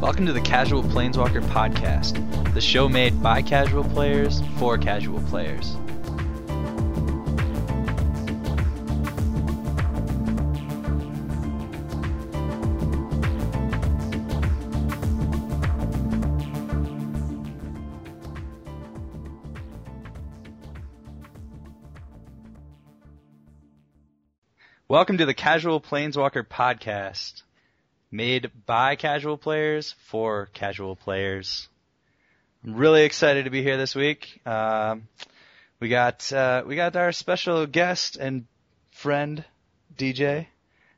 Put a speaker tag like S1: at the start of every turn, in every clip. S1: Welcome to the Casual Planeswalker Podcast, the show made by casual players for casual players. Welcome to the Casual Planeswalker Podcast, made by casual players for casual players. I'm really excited to be here this week. Um, we got uh, we got our special guest and friend DJ, and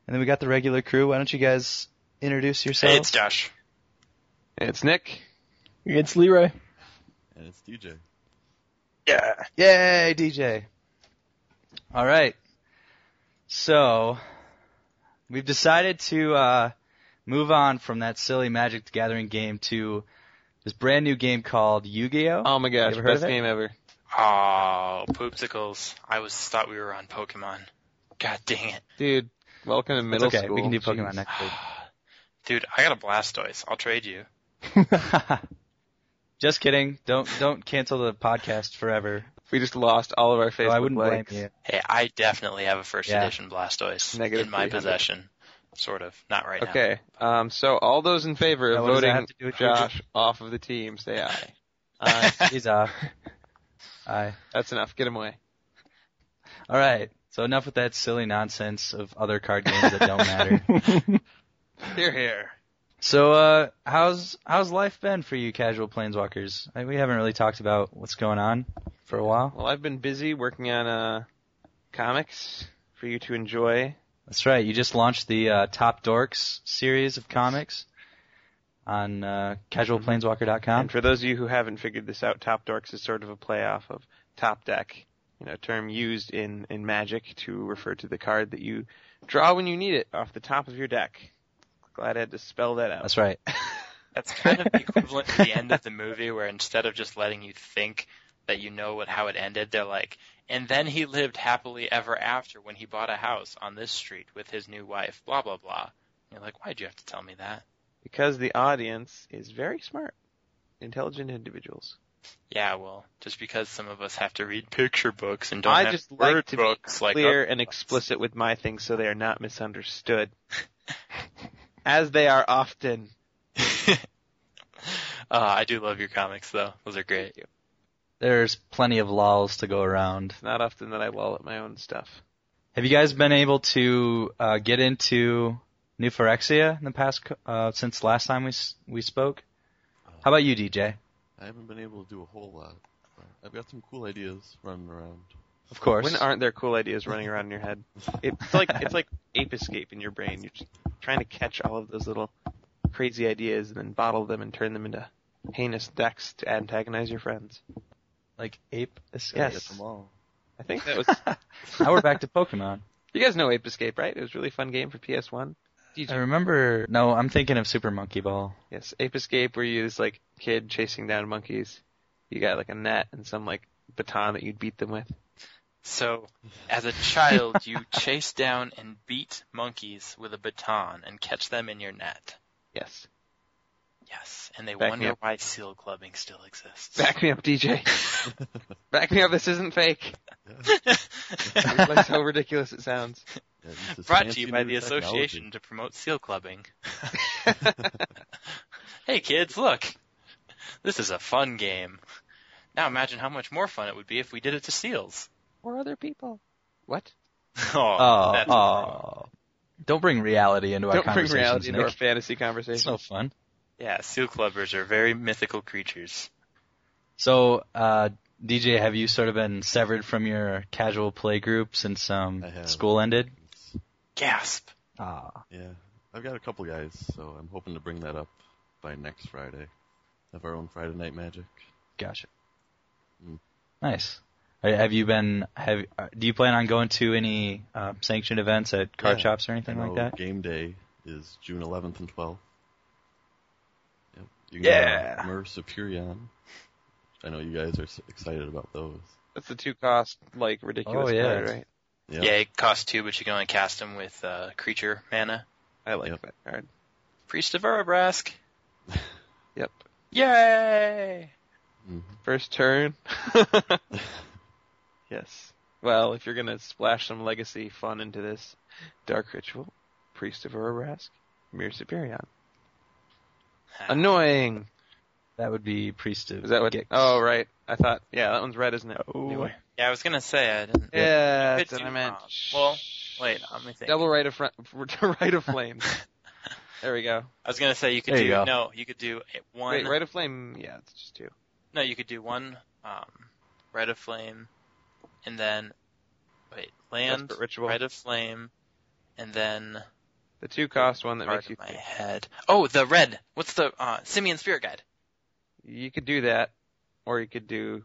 S1: then we got the regular crew. Why don't you guys introduce yourselves?
S2: Hey, it's Josh.
S3: It's Nick.
S4: It's Leroy.
S5: And it's DJ.
S2: Yeah.
S1: Yay, DJ. All right. So, we've decided to uh, move on from that silly Magic the Gathering game to this brand new game called Yu-Gi-Oh.
S3: Oh my gosh,
S1: You ever heard
S3: best
S1: of it?
S3: game ever.
S2: Oh, poopsicles. I was thought we were on Pokemon. God dang it.
S3: Dude, welcome to
S1: It's
S3: middle
S1: okay,
S3: school.
S1: we can do Pokemon
S3: Jeez.
S1: next week.
S2: Dude, I got a Blastoise. I'll trade you.
S1: Just kidding. Don't don't cancel the podcast forever.
S3: We just lost all of our
S1: So
S3: Facebook
S1: I wouldn't blame
S3: likes.
S1: you.
S2: Hey, I definitely have a first
S1: Yeah.
S2: edition Blastoise
S3: Negative
S2: in my
S3: 300.
S2: possession. Sort of. Not right now.
S3: Okay, um, so all those in favor
S1: Now,
S3: of
S1: what does that
S3: voting
S1: have to do with your-
S3: Josh off of the team, say aye.
S1: Aye, he's off. Aye.
S3: That's enough. Get him away.
S1: All right. So enough with that silly nonsense of other card games that don't matter.
S3: Here, here.
S1: So uh, how's how's life been for you, casual planeswalkers? I, we haven't really talked about what's going on for a while.
S3: Well, I've been busy working on uh, comics for you to enjoy.
S1: That's right. You just launched the uh, Top Dorks series of comics on uh,
S5: Mm-hmm.
S1: casualplaneswalker.com.
S3: And for those of you who haven't figured this out, Top Dorks is sort of a playoff of Top Deck, you know, a term used in, in Magic to refer to the card that you draw when you need it off the top of your deck. Glad I had to spell that out.
S1: That's right.
S2: That's kind of the equivalent to the end of the movie where instead of just letting you think that you know what how it ended, they're like, and then he lived happily ever after when he bought a house on this street with his new wife, blah blah blah. And you're like, why'd you have to tell me that?
S3: Because the audience is very smart, intelligent individuals.
S2: Yeah, well, just because some of us have to read picture books and don't
S3: I
S2: have
S3: just like
S2: word
S3: to be
S2: books like
S3: Clear
S1: uh,
S2: other
S3: and
S2: folks.
S3: explicit with my things so they are not misunderstood. As they are often.
S2: uh, I do love your comics though; those are great.
S1: There's plenty of lols to go around.
S3: It's not often that I lull at my own stuff.
S1: Have you guys been able to uh, get into New Phyrexia in the past co- uh, since last time we s- we spoke?
S5: Oh.
S1: How about you, DJ?
S5: I haven't been able to do a whole lot. But I've got some cool ideas running around.
S1: Of course.
S3: When aren't there cool ideas running around in your head? It's like it's like ape escape in your brain. You're just trying to catch all of those little crazy ideas and then bottle them and turn them into heinous decks to antagonize your friends.
S1: like Ape Escape.
S5: Gotta
S3: Yes.
S5: Get them all.
S3: I think that was
S1: now we're back to Pokemon.
S3: you guys know Ape Escape, right? It was a really fun game for PS1.
S1: I remember. No, I'm thinking of Super Monkey Ball.
S3: Yes, Ape Escape, where you this like kid chasing down monkeys. You got like a net and some like baton that you'd beat them with.
S2: So, as a child, you chase down and beat monkeys with a baton and catch them in your net.
S3: Yes,
S2: Yes, and they
S3: Back me
S2: wonder
S3: up.
S2: why seal clubbing still exists.
S3: back me up, DJ. back me up. This isn't fake. That's how ridiculous it sounds.
S5: Yeah, this is
S2: Brought to
S5: fancy
S2: you by the
S5: new technology.
S2: association to promote seal clubbing. hey kids, look. This is a fun game. Now imagine how much more fun it would be if we did it to seals.
S3: Or other people. What?
S2: Oh,
S1: Oh,
S2: that's
S1: oh. don't bring reality into our
S3: Don't bring
S1: conversations,
S3: reality into
S1: Nick.
S3: our fantasy
S1: It's
S3: conversation.
S1: no fun.
S2: yeah, seal clubbers are very mythical creatures.
S1: So, uh, DJ, have you sort of been severed from your casual play group since um,
S5: I have.
S1: school ended?
S2: Gasp.
S1: Ah,
S5: Yeah, I've got a couple guys, so I'm hoping to bring that up by next Friday. Have our own Friday night magic.
S1: gotcha.
S5: Mm.
S1: Nice. Uh, Have you been? Have uh, do you plan on going to any uh, sanctioned events at card
S5: Yeah,
S1: shops or anything
S5: I
S1: like
S5: know
S1: that?
S5: Game day is June 11th and 12th. Yep. You
S1: Yeah.
S5: Go to Mer Superion. I know you guys are s- excited about those.
S3: That's the two cost like ridiculous
S1: Oh, yeah.
S3: card, right?
S5: Yeah.
S2: Yeah, it costs two, but you can only cast them with uh, creature mana.
S3: I like
S5: Yep.
S3: that card.
S2: Priest of Arabrask.
S3: Yep.
S2: Yay!
S5: Mhm.
S3: First turn. yes. Well, if you're gonna splash some legacy fun into this dark ritual, priest of Urarask, Mir Superion. Annoying.
S1: That would be priest of
S3: Is that what?
S1: Gex.
S3: Oh, right. I thought. Yeah, that one's red, isn't it?
S1: Oh.
S3: Anyway.
S2: Yeah, I was gonna say I didn't.
S3: Yeah,
S2: Could
S3: that's what
S2: do
S3: I meant.
S2: wrong. Well, wait, let me think.
S3: Double right of front, right of flame. there we go.
S2: I was gonna say you could
S1: There
S2: do
S1: you go.
S2: no, you could do it- one.
S3: Wait, right of flame. Yeah, it's just two.
S2: No, you could do one. Um, red of flame, and then wait, land,
S3: Desperate ritual.
S2: red of flame, and then
S3: The two cost one that
S2: part
S3: makes you.
S2: of my head. Oh, the red. What's the uh, Simeon Spirit Guide?
S3: You could do that, or you could do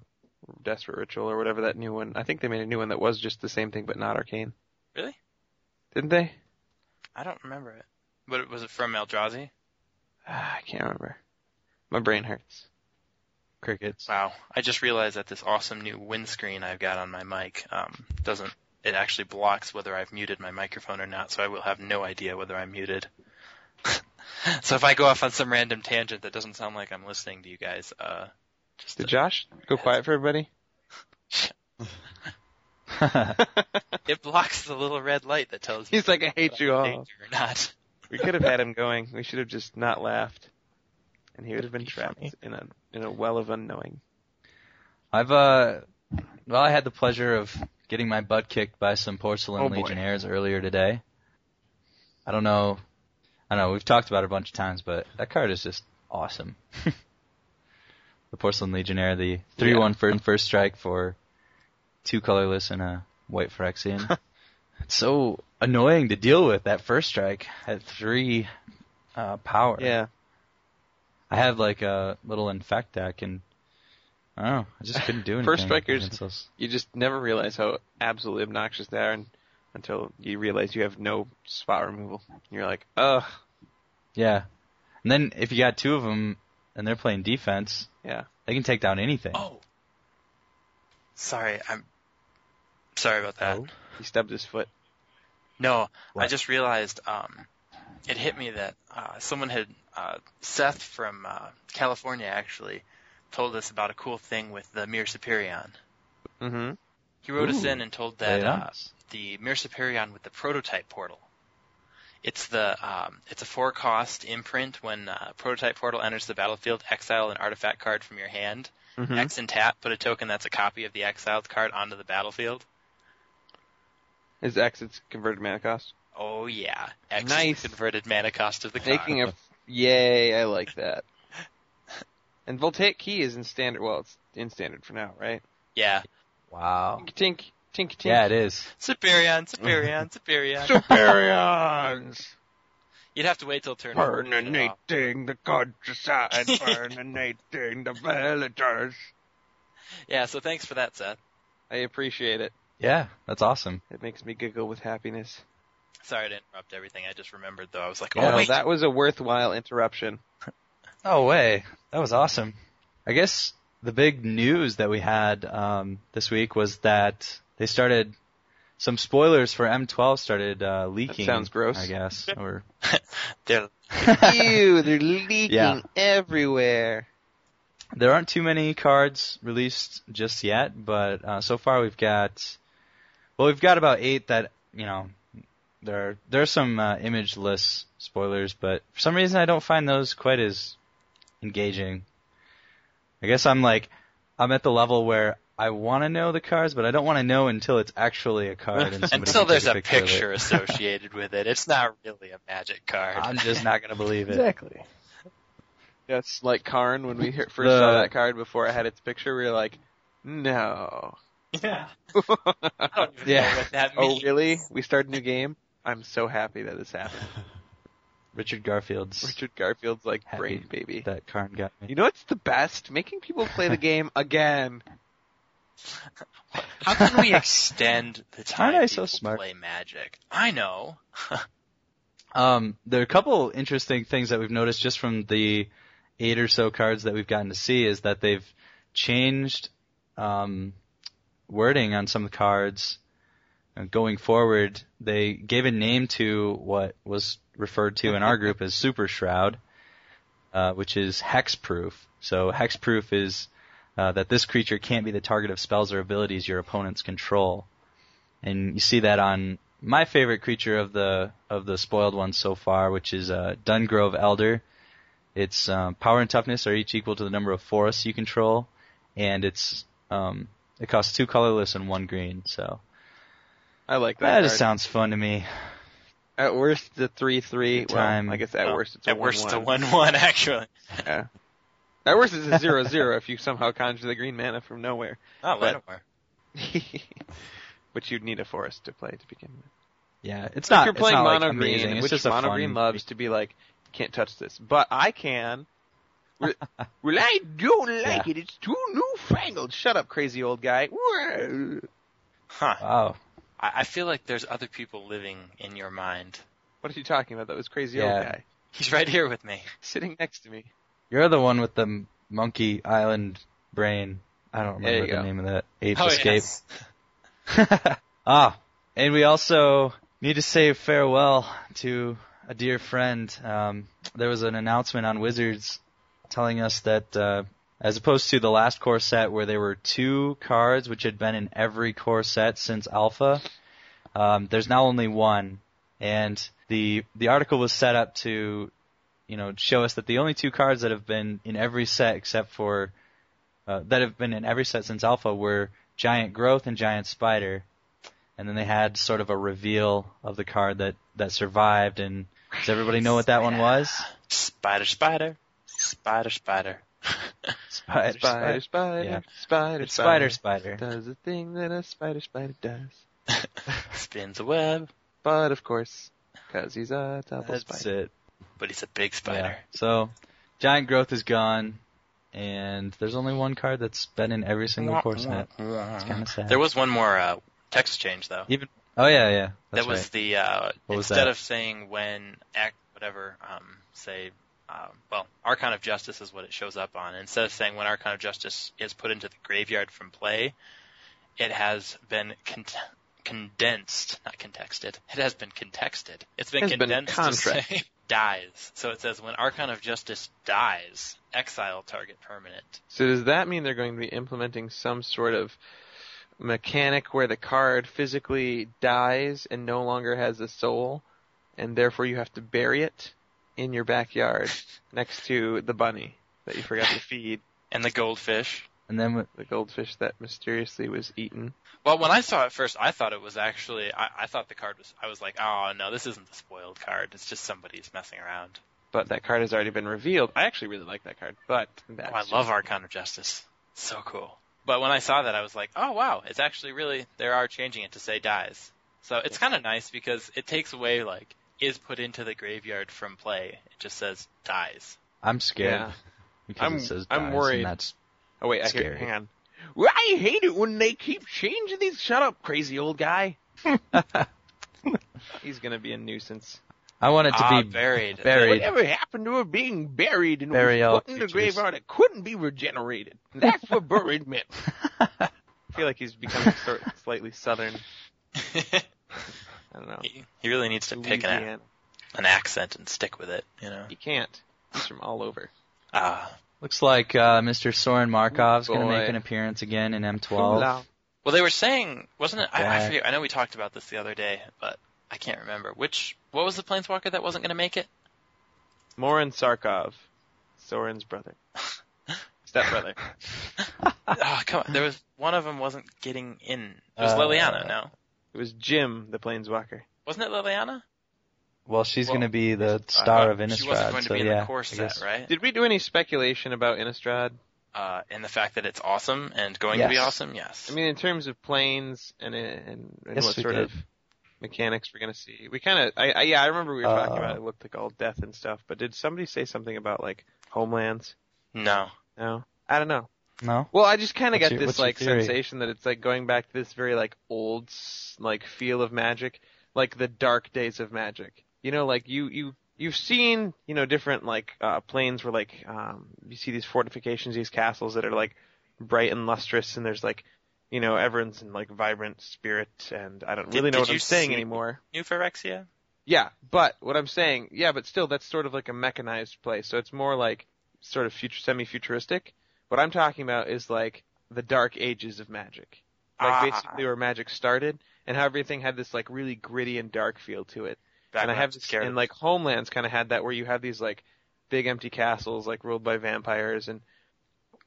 S3: desperate ritual or whatever that new one. I think they made a new one that was just the same thing but not arcane.
S2: Really?
S3: Didn't they?
S2: I don't remember it. But it- was it from Eldrazi?
S3: Ah, I can't remember. My brain hurts.
S1: crickets.
S2: Wow, I just realized that this awesome new windscreen I've got on my mic um, doesn't. It actually blocks whether I've muted my microphone or not, so I will have no idea whether I'm muted. so if I go off on some random tangent that doesn't sound like I'm listening to you guys, uh, just
S3: Did Josh go quiet for everybody?
S2: it blocks the little red light that tells
S3: He's
S2: me
S3: like, I hate you
S2: if I'm in
S3: all.
S2: danger or not.
S3: We could have had him going. We should have just not laughed, and he would have been trapped in a in a well of unknowing.
S1: I've uh, well, I had the pleasure of getting my butt kicked by some porcelain
S3: Oh, boy.
S1: legionnaires earlier today. I don't know. I don't know. We've talked about it a bunch of times, but that card is just awesome. the porcelain legionnaire, the three-one first first strike for two colorless and a white Phyrexian. it's so annoying to deal with that first strike at three uh, power.
S3: Yeah,
S1: I have like a little infect deck and I don't know, I just couldn't do anything.
S3: First strikers-
S1: against those.
S3: you just never realize how absolutely obnoxious they are, and, until you realize you have no spot removal. You're like, ugh,
S1: Yeah. And then if you got two of them and they're playing defense,
S3: yeah.
S1: they can take down anything.
S2: Oh, sorry, I'm sorry about that.
S1: Oh.
S3: He stubbed his foot.
S2: No, I
S1: What?
S2: just realized um, it hit me that uh, someone had uh, Seth from uh, California actually told us about a cool thing with the Mir Superion.
S3: Mm-hmm.
S2: He wrote us
S1: Ooh,
S2: in and told that
S1: Very
S2: uh,
S1: nice.
S2: the Mir Superion with the prototype portal. It's the um, it's a four cost imprint. When uh, prototype portal enters the battlefield, exile an artifact card from your hand.
S1: Mm-hmm.
S3: Mhm.
S2: X and tap. Put a token that's a copy of the exiled card onto the battlefield.
S3: His exits converted mana cost.
S2: Oh yeah, X is
S3: Nice.
S2: the converted mana cost of the card.
S3: Making a yay, I like that. And Voltaic Key is in standard. Well, it's in standard for now, right?
S2: yeah.
S1: Wow.
S3: Tink tink tink tink.
S1: Yeah, it is.
S2: Superion, Superion, Superion.
S3: Superions
S2: You'd have to wait till turn four to turn it off.
S3: permeating the countryside, permeating the villagers.
S2: Yeah, so thanks for that, Seth.
S3: I appreciate it.
S1: Yeah, that's awesome.
S3: It makes me giggle with happiness.
S2: Sorry to interrupt everything. I just remembered though. I was like,
S3: Yeah,
S2: oh wait,
S3: that was a worthwhile interruption.
S1: No way. That was awesome. I guess the big news that we had um, this week was that they started some spoilers for M12 started uh, leaking.
S3: sounds gross.
S1: I guess. Or
S2: they're-
S3: Ew, they're leaking
S1: Yeah.
S3: everywhere.
S1: There aren't too many cards released just yet, but uh, so far we've got, well, we've got about eight that you know. There are, there are some uh, imageless spoilers, but for some reason I don't find those quite as engaging. I guess I'm like, I'm at the level where I want to know the cards, but I don't want to know until it's actually a card. And somebody
S2: until
S1: can take
S2: there's a
S1: picture, of it.
S2: picture associated with it, it's not really a magic card.
S1: I'm just not gonna believe it.
S5: Exactly.
S3: Yes, like Karn when we hit- first
S1: The-
S3: saw that card before it had its picture, we were like, no.
S2: yeah. I
S3: oh
S2: don't even know what that means.
S3: really? We start a new game. I'm so happy that this happened.
S1: Richard Garfield's
S3: Richard Garfield's like
S1: Happy.
S3: brain baby.
S1: that Karn got me.
S3: You know what's the best? Making people play the game again.
S2: How can we extend the time
S1: I so
S2: people
S1: smart?
S2: play magic? I know.
S1: Um, there are a couple interesting things that we've noticed just from the eight or so cards that we've gotten to see is that they've changed um, wording on some of the cards. And going forward, they gave a name to what was referred to in our group as Super Shroud. uh, which is hexproof. So hexproof is uh, that this creature can't be the target of spells or abilities your opponents control, and you see that on my favorite creature of the of the spoiled ones so far, which is uh, Dungrove Elder. Its um, power and toughness are each equal to the number of forests you control, and it's um, it costs two colorless and one green. So
S3: I like that.
S1: that just
S3: card.
S1: sounds fun to me.
S3: at worst the three three.
S1: Good
S3: Well,
S1: time.
S3: I guess Oh, at
S2: Well,
S3: worst it's a
S2: At worst, it's a
S3: 1-1.
S2: one-one actually.
S3: At worst it's a zero zero if you somehow conjure the green mana from nowhere,
S2: Oh,
S3: But-
S2: Llanowar.
S3: which you'd need a forest to play to begin with.
S1: Yeah, it's not.
S3: if you're playing
S1: it's not
S3: mono
S1: like
S3: green,
S1: amazing. It's
S3: which
S1: just a
S3: mono
S1: fun
S3: green loves to be like, can't touch this, but I can. Well, well, I don't like it. It's too newfangled. Shut up, crazy old guy. What
S2: Huh.
S1: Wow.
S2: I, I feel like there's other people living in your mind.
S3: are you talking about? That was crazy
S1: Yeah.
S3: old guy
S2: He's right here with me.
S3: sitting next to me.
S1: You're the one with the m- Monkey Island brain. I don't
S3: There
S1: remember the
S3: you go.
S1: name of that ape
S2: Oh,
S1: escape.
S2: yes.
S1: ah, and we also need to say farewell to a dear friend. Um, there was an announcement on Wizards telling us that uh, as opposed to the last core set where there were two cards which had been in every core set since Alpha, um, there's now only one. And the the article was set up to, you know, show us that the only two cards that have been in every set except for uh, that have been in every set since Alpha were Giant Growth and Giant Spider. And then they had sort of a reveal of the card that that survived. And does everybody know what that one was?
S2: Spider, spider, spider, spider.
S1: Spider,
S3: Spider, spider,
S1: Yeah.
S3: spider,
S1: It's Spider Spider.
S3: does a thing that a spider spider does.
S2: Spins a web,
S3: But of course, cause he's a double
S1: That's
S3: spider.
S1: it.
S2: but he's a big
S1: Yeah.
S2: spider.
S1: So, Giant Growth is gone, and there's only one card that's been in every single core set. It's kind of sad.
S2: There was one more uh, text change though.
S1: oh yeah, yeah. That's
S2: that was
S1: right.
S2: the uh,
S1: What was
S2: instead
S1: that?
S2: of saying when act whatever um, say um, well Archon of Justice is what it shows up on. Instead of saying when Archon of Justice is put into the graveyard from play, it has been cont- condensed, not contexted. It has been contexted. It's been
S3: Has been
S2: condensed to
S3: contract.
S2: say dies. So it says when Archon of Justice dies, exile target permanent.
S3: So does that mean they're going to be implementing some sort of mechanic where the card physically dies and no longer has a soul, and therefore you have to bury it in your backyard next to the bunny that you forgot to feed,
S2: And the goldfish.
S1: And then w-
S3: the goldfish that mysteriously was eaten?
S2: Well, when I saw it first, I thought it was actually. I, I thought the card was. I was like, oh no, this isn't the spoiled card. It's just somebody's messing around.
S3: But that card has already been revealed. I actually really like that card, but that's
S2: Oh, I love Archon of Justice. So cool. But when I saw that, I was like, oh wow, it's actually really. They are changing it to say dies. So it's kind of nice because it takes away like is put into the graveyard from play. It just says dies.
S1: I'm scared
S3: Yeah.
S1: because
S3: I'm-
S1: it says
S3: I'm
S1: dies,
S3: worried.
S1: And that's
S3: Oh wait, I hear,
S1: Scary.
S3: hang on. Well, I hate it when they keep changing these. Shut up, crazy old guy. He's gonna be a nuisance.
S1: I want it to
S2: Ah,
S1: be
S2: buried.
S1: buried.
S3: Whatever happened to her being buried and
S1: Bury all
S3: was put in the
S1: creatures.
S3: graveyard that couldn't be regenerated? That's what buried meant. I feel like he's becoming sort slightly southern. I don't know.
S2: he, he really needs to pick an,
S3: Louisiana.
S2: an accent and stick with it. You know.
S3: He can't. He's from all over.
S2: Ah.
S1: Looks like uh, Mr. Soren Markov's going to
S3: Boy.
S1: make an appearance again in M12.
S2: Well, they were saying, wasn't it? I, I
S1: Yeah.
S2: forget. I know we talked about this the other day, but I can't remember which. What was the planeswalker that wasn't going to make it?
S3: Morin Sarkov, Soren's brother, stepbrother.
S2: oh, come on. There was one of them wasn't getting in. It was
S1: Uh,
S2: Liliana. No,
S3: It was Jim, the Planeswalker.
S2: wasn't it Liliana?
S1: Well, she's
S2: Well, uh,
S1: going to be the star of Innistrad.
S2: She wasn't going to
S1: so,
S2: be in
S1: yeah,
S2: the core
S1: I
S2: set,
S1: guess-
S2: right?
S3: Did we do any speculation about Innistrad?
S2: Uh, and the fact that it's awesome and going to be
S1: Yes.
S2: awesome. Yes.
S3: I mean, in terms of planes and and, and
S1: Yes,
S3: what
S1: we
S3: sort
S1: did.
S3: of mechanics we're gonna see, we kind of, I, I yeah, I remember we were talking about
S1: Uh,
S3: it looked like all death and stuff. But did somebody say something about like homelands?
S2: no.
S3: No, I don't know.
S1: No?
S3: Well, I just kind of
S1: What's
S3: got
S1: your- what's
S3: this
S1: your
S3: like
S1: theory?
S3: sensation that it's like going back to this very like old s- like feel of magic, like the dark days of magic. You know, like you you you've seen you know different like uh, planes where like um, you see these fortifications, these castles that are like bright and lustrous, and there's like you know everyone's in like vibrant spirit, and I don't
S2: Did-
S3: really know
S2: did
S3: what
S2: you
S3: I'm saying
S2: see-
S3: anymore.
S2: New Phyrexia.
S3: Yeah, but what I'm saying, yeah, but still, that's sort of like a mechanized play. So it's more like sort of future, semi-futuristic. What I'm talking about is like the dark ages of magic, like
S2: Ah.
S3: basically where magic started, and how everything had this like really gritty and dark feel to it.
S2: Back
S3: and I
S2: when
S3: have
S2: was
S3: this,
S2: scared
S3: and
S2: of-
S3: like Homelands kind of had that where you have these like big empty castles like ruled by vampires, and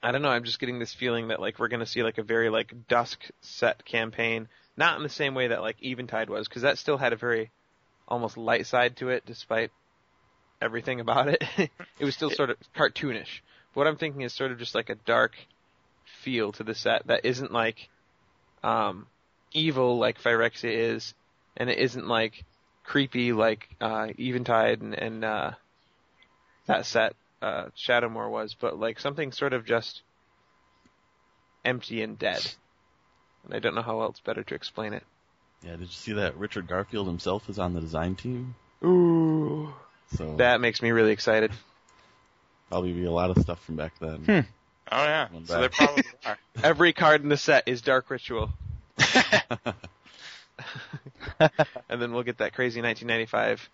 S3: I don't know. I'm just getting this feeling that like we're gonna see like a very like dusk set campaign, not in the same way that like Eventide was, because that still had a very almost light side to it, despite everything about it. it was still sort of cartoonish. But what I'm thinking is sort of just like a dark feel to the set that isn't like um, evil like Phyrexia is, and it isn't like creepy like uh, Eventide and, and uh, that set uh, Shadowmoor was, but like something sort of just empty and dead. And I don't know how else better to explain it.
S5: Yeah, did you see that Richard Garfield himself is on the design team?
S3: Ooh,
S5: So
S3: that makes me really excited.
S5: probably be a lot of stuff from back then.
S1: Hmm.
S2: Oh yeah,
S5: Went
S2: so there
S5: back.
S2: probably are.
S3: Every card in the set is Dark Ritual. and then we'll get that crazy 1995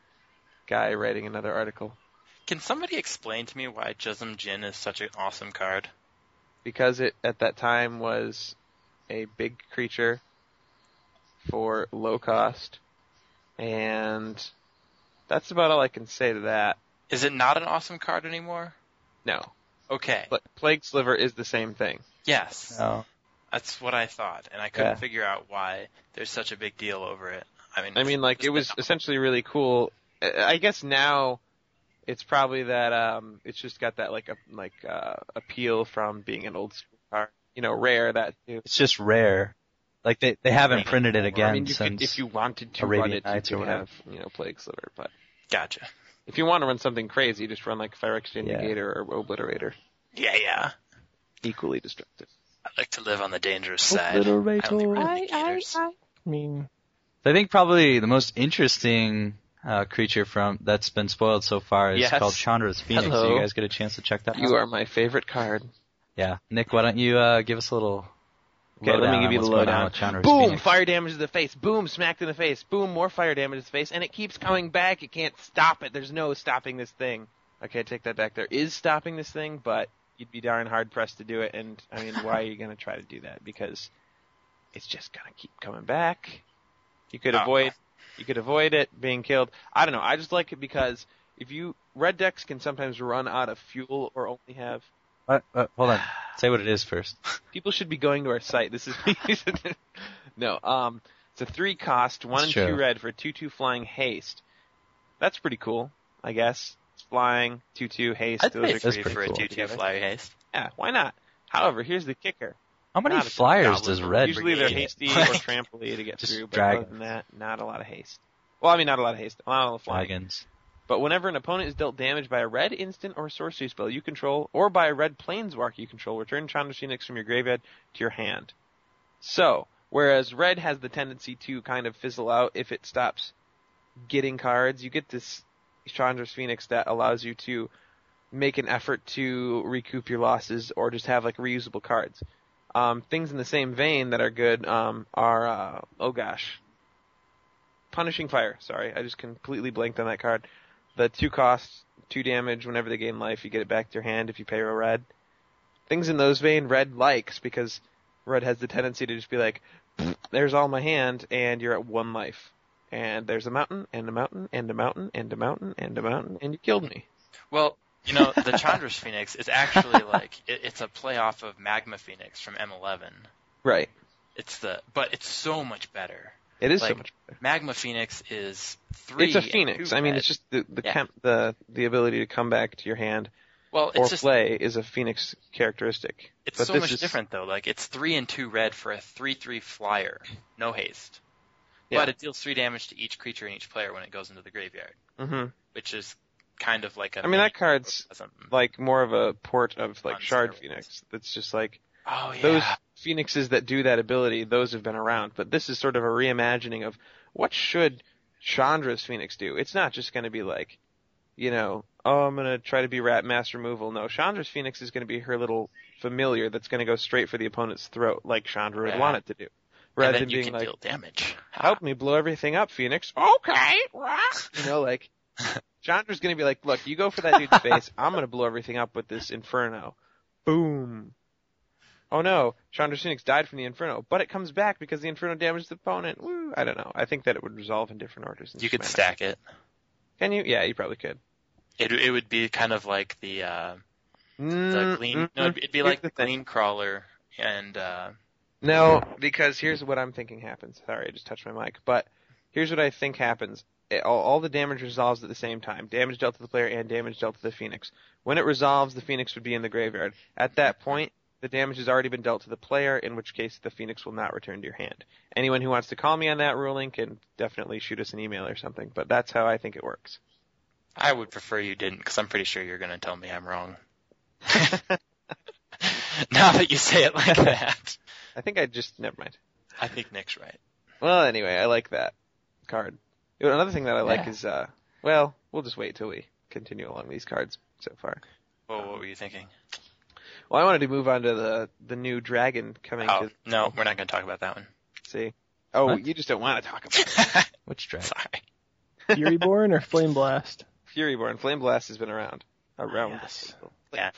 S3: guy writing another article
S2: Can somebody explain to me why Jism Jin is such an awesome card?
S3: because it at that time was a big creature for low cost, and that's about all I can say to that.
S2: Is it not an awesome card anymore?
S3: No,
S2: Okay.
S3: but Plague Sliver is the same thing.
S2: yes.
S1: Oh.
S2: That's what I thought, and I couldn't
S3: Yeah.
S2: figure out why there's such a big deal over it. I mean,
S3: I mean, like
S2: it's
S3: it was
S2: been-
S3: essentially really cool. I I guess now it's probably that um, it's just got that like a, like uh, appeal from being an old school car, you know, rare that too.
S1: It's just rare. Like they they haven't
S2: Right.
S1: printed it again
S3: I mean, you
S1: since
S3: could, if you wanted to
S1: Arabian
S3: run it,
S1: Nights
S3: you
S1: or
S3: could
S1: whatever.
S3: have you know Plague Sliver, but.
S2: Gotcha.
S3: If you want to run something crazy, just run like Phyrexian
S1: Yeah.
S3: Negator or Obliterator.
S2: Yeah, yeah.
S3: Equally destructive.
S2: I like to live on the dangerous side. I only run indicators.
S4: I mean,
S1: I think probably the most interesting uh, creature from that's been spoiled so far is
S3: Yes.
S1: called Chandra's Phoenix.
S3: Hello.
S1: Do you guys get a chance to check that out?
S3: You are my favorite card.
S1: Yeah. Nick, why don't you uh, give us a little
S3: Okay, let me
S1: lowdown
S3: give
S1: on
S3: you the
S1: what's going on
S3: lowdown.
S1: with Chandra's
S3: Boom!
S1: Phoenix.
S3: Fire damage to the face. Boom! Smacked in the face. Boom! More fire damage to the face. And it keeps coming back. It can't stop it. There's no stopping this thing. Okay, I take that back. There is stopping this thing, but you'd be darn hard pressed to do it. And I mean, why are you going to try to do that? Because it's just going to keep coming back. You could
S2: Oh.
S3: avoid. You could avoid it being killed. I don't know. I just like it because if you red decks can sometimes run out of fuel or only have Uh,
S1: What- what- hold on. Say what it is first.
S3: People should be going to our site. This is no. Um, it's a three cost, one
S1: That's
S3: and two
S1: true.
S3: red for two two flying haste. That's pretty cool, I guess. It's flying two two haste.
S2: I'd
S3: Those
S2: pay
S3: are
S1: that's
S2: three
S1: pretty
S2: for a
S1: cool.
S2: two-two flyer haste.
S3: yeah, why not? However, here's the kicker.
S1: How many
S3: Not a
S1: flyers
S2: goblin.
S1: does Red
S3: Usually they're
S1: get?
S3: hasty or trampoly to get
S1: Just
S3: through, but
S1: drag-
S3: other than that, not a lot of haste. Well, I mean, not a lot of haste, not a lot of flying.
S1: Dragons.
S3: But whenever an opponent is dealt damage by a red instant or sorcery spell you control, or by a red planeswalker you control, return Chandra Phoenix from your graveyard to your hand. So, whereas red has the tendency to kind of fizzle out if it stops getting cards, you get this Chandra's Phoenix that allows you to make an effort to recoup your losses or just have like reusable cards. Um, things in the same vein that are good um, are uh, oh gosh, Punishing Fire. Sorry, I just completely blanked on that card. The two costs, two damage. Whenever they gain life, you get it back to your hand if you pay a red. Things in those vein, red likes because red has the tendency to just be like, "There's all my hand, and you're at one life." And there's a mountain, and a mountain, and a mountain, and a mountain, and a mountain, and you killed me.
S2: Well, you know, the Chandra's Phoenix is actually like it, it's a playoff of Magma Phoenix from M11.
S3: Right.
S2: It's the but it's so much better.
S3: It is so
S2: Like,
S3: much.
S2: Magma Phoenix is three.
S3: It's a
S2: and
S3: phoenix.
S2: two
S3: I mean,
S2: red.
S3: it's just the the
S2: Yeah.
S3: chem- the the ability to come back to your hand
S2: well,
S3: or
S2: it's just
S3: play is a phoenix characteristic.
S2: it's
S3: but
S2: so
S3: this
S2: much
S3: is-
S2: different though. Like it's three and two red for a three-three flyer, no haste,
S3: Yeah.
S2: but it deals three damage to each creature and each player when it goes into the graveyard,
S3: hmm
S2: which is kind of like a.
S3: I mean, that card's
S2: Something.
S3: like more of a port of like
S2: On
S3: shard
S2: steroids.
S3: phoenix. That's just like
S2: Oh yeah.
S3: those phoenixes that do that ability. Those have been around, but this is sort of a reimagining of what should Chandra's phoenix do. It's not just going to be like, you know, oh, I'm going to try to be rat mass removal. No, Chandra's phoenix is going to be her little familiar that's going to go straight for the opponent's throat, like Chandra would
S2: Yeah.
S3: want it to do.
S2: and
S3: rather
S2: then
S3: than
S2: you
S3: being
S2: can
S3: like,
S2: deal damage.
S3: "Help me blow everything up, Phoenix." Okay, rah. you know, like Chandra's gonna be like, "Look, you go for that dude's face. I'm gonna blow everything up with this Inferno." Boom. Oh no, Chandra Phoenix died from the Inferno, but it comes back because the Inferno damaged the opponent. Woo! I don't know. I think that it would resolve in different orders. than
S2: You could
S3: Shemana.
S2: stack it.
S3: Can you? Yeah, you probably could.
S2: It it would be kind of like the uh, the
S3: Mm,
S2: glean.
S3: mm,
S2: No, it'd be- it'd be
S3: Here's
S2: like
S3: the
S2: the
S3: thing.
S2: glean crawler and uh,
S3: No, because here's what I'm thinking happens. Sorry, I just touched my mic. But here's what I think happens. It- all, all the damage resolves at the same time. Damage dealt to the player and damage dealt to the Phoenix. When it resolves, the Phoenix would be in the graveyard. At that point, the damage has already been dealt to the player, in which case the Phoenix will not return to your hand. Anyone who wants to call me on that ruling can definitely shoot us an email or something, but that's how I think it works.
S2: I would prefer you didn't, because I'm pretty sure you're going to tell me I'm wrong. now that you say it like that,
S3: I think I just, never mind.
S2: I think Nick's right.
S3: Well, anyway, I like that card. You know, Another thing that I like
S2: Yeah.
S3: is, uh, well, we'll just wait till we continue along these cards so far.
S2: Well, what were you thinking?
S3: Well, I wanted to move on to the the new dragon coming
S2: Oh
S3: to
S2: no, we're not going to talk about that one.
S3: see. Oh,
S1: What?
S3: you just don't want to talk about
S1: Which dragon?
S2: Sorry.
S4: Fury Born or Flame Blast?
S3: Furyborn. Flame Blast has been around. Around.
S2: Yes.
S3: the-
S2: Yeah.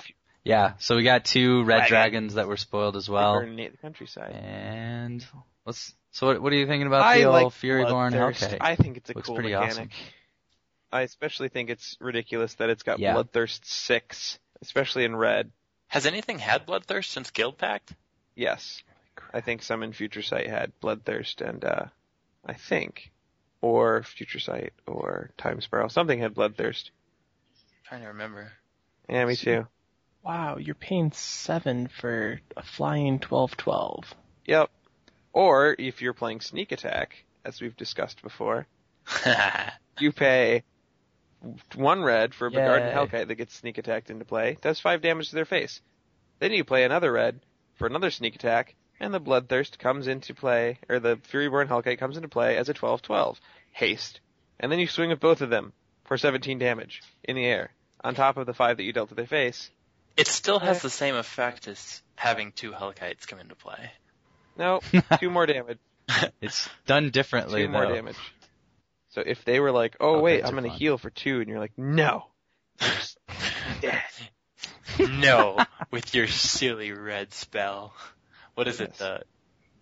S1: Yeah, so we got two red
S3: Dragon.
S1: dragons that were spoiled as well.
S3: Hibernate the countryside.
S1: And let's. So what, what are you thinking about
S3: I
S1: the
S3: like
S1: old Furyborn?
S3: Bloodthirst.
S1: Okay.
S3: I think it's a
S1: Looks
S3: cool
S1: pretty
S3: mechanic.
S1: awesome.
S3: I especially think it's ridiculous that it's got
S1: Yeah.
S3: Bloodthirst 6, especially in red.
S2: Has anything had Bloodthirst since Guild Pact?
S3: Yes. I think some in Future Sight had Bloodthirst and uh I think or Future Sight or Time Spiral. Something had Bloodthirst.
S2: trying to remember.
S3: Yeah, me too.
S4: Wow, you're paying seven for a flying twelve twelve.
S3: Yep. Or if you're playing sneak attack, as we've discussed before, you pay one red for a Begarden
S1: Yay.
S3: Hellkite that gets sneak attacked into play, does five damage to their face. Then you play another red for another sneak attack, and the Bloodthirst comes into play, or the Furyborn Hellkite comes into play as a 12-12 haste, and then you swing with both of them for 17 damage in the air, on top of the five that you dealt to their face.
S2: it still has the same effect as having two Hellkites come into play.
S3: No, two more damage.
S1: It's done differently
S3: two more
S1: though.
S3: damage. So if they were like, "Oh
S1: Oh,
S3: wait,
S1: those
S3: I'm
S1: are
S3: gonna
S1: fun.
S3: heal for two, and you're like, "No,"
S2: no, with your silly red spell. What is
S3: Yes.
S2: it? The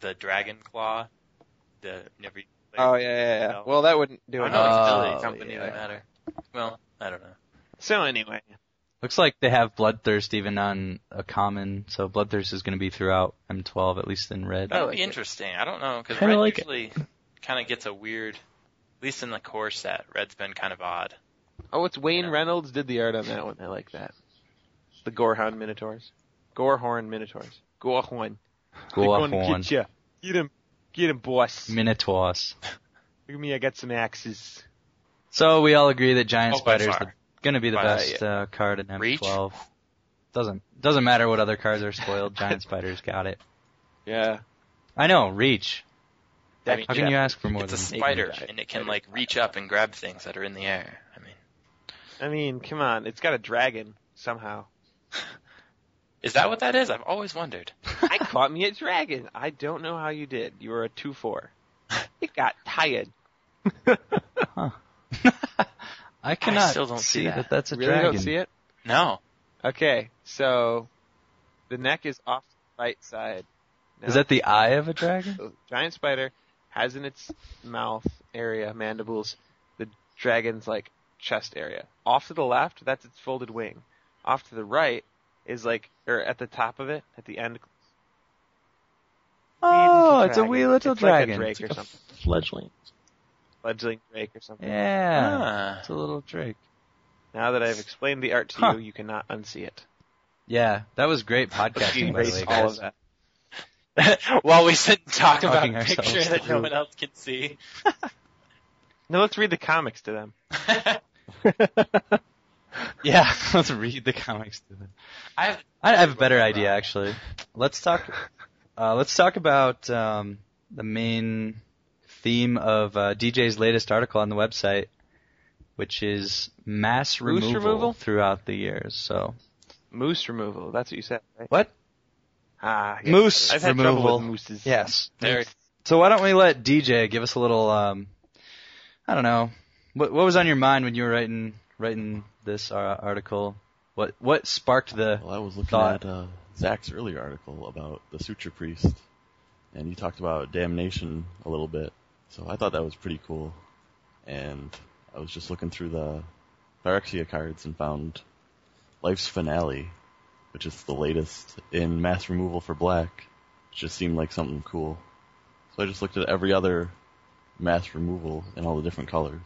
S2: the dragon claw. The never.
S3: oh yeah, yeah, yeah.
S2: No.
S3: Well, that wouldn't
S2: I
S3: do it.
S2: don't know.
S1: Oh,
S2: it's company
S1: yeah.
S2: that matter. Well, I don't know.
S3: so anyway,
S1: Looks like they have Bloodthirst even on a common, so Bloodthirst is going to be throughout M12 at least in red.
S2: That would
S3: like
S2: be
S3: it.
S2: Oh, interesting. I don't know because
S4: Kinda
S2: red
S4: like it.
S2: usually kind of gets a weird. At least in the core set, red's been kind of odd.
S3: oh, it's Wayne
S2: Yeah.
S3: Reynolds did the art on that one. I like that. The Gorehound Minotaurs, Gorehorn Minotaurs, Gorehorn. They're
S1: Go up
S3: gonna
S1: one.
S3: Get ya. Get him, get him, boss. Look
S1: Minotaurs.
S3: at me, I got some axes.
S1: So we all agree that Giant
S2: Oh, by
S1: Spider is
S2: far.
S1: going to be the
S2: By
S1: best uh, card in M12.
S2: Reach?
S1: Doesn't doesn't matter what other cards are spoiled. Giant Spider's got it.
S3: Yeah.
S1: I know. Reach.
S2: I mean,
S1: How can you ask for more
S2: it's a
S1: than
S2: spider,
S3: guy.
S2: and it can like reach up and grab things that are in the air. I mean,
S3: I mean, come on, it's got a dragon somehow.
S2: is that what that is? I've always wondered.
S3: I caught me a dragon. I don't know how you did. You were a two four. It got tired.
S1: I cannot
S2: still don't see
S1: see
S2: that.
S1: that. That's a
S3: really
S1: dragon.
S3: don't see it.
S2: No,
S3: Okay, so the neck is off the right side. No.
S1: Is that the eye of a dragon?
S3: the giant spider has in its mouth area mandibles the dragon's like chest area. Off to the left, that's its folded wing. Off to the right is like or at the top of it, at the end.
S1: Oh, it's a
S3: dragon.
S1: wee little
S3: It's like a
S1: dragon.
S3: drake
S4: Like
S3: or
S4: a
S3: something.
S4: fledgling.
S3: Fledgling drake or something.
S1: Yeah,
S2: Ah.
S1: it's a little drake.
S3: Now that I've explained the art to
S1: Huh.
S3: you, you cannot unsee it.
S1: Yeah, that was great podcasting by the
S3: Erase
S1: way,
S3: all
S1: guys.
S3: of that.
S2: Ah. While we sit and talk about
S1: Talking
S2: a
S1: ourselves
S2: picture that no
S1: through.
S2: one else can see.
S3: Now let's read the comics to them.
S2: I
S1: Yeah, let's read the comics to them.
S2: have
S1: I have a better idea actually. Let's talk. Uh, let's talk about um, the main theme of uh, DJ's latest article on the website, which is mass
S3: Moose
S1: removal,
S3: removal?
S1: throughout the years. So
S3: Moose removal. That's what you said, right?
S1: what?
S3: Ah, yes.
S1: Moose
S3: I've had
S1: removal.
S3: trouble with mooses.
S1: Yes,
S2: there.
S1: So why don't we let DJ give us a little? Um, I don't know. What what was on your mind when you were writing writing this uh, article? What what sparked the?
S5: Well, I was looking
S1: Thought.
S5: at uh, Zach's earlier article about the Suture Priest, and he talked about damnation a little bit. So I thought that was pretty cool. And I was just looking through the Phyrexia cards and found Life's Finale, which is the latest in mass removal for black. It just seemed like something cool. So I just looked at every other mass removal in all the different colors.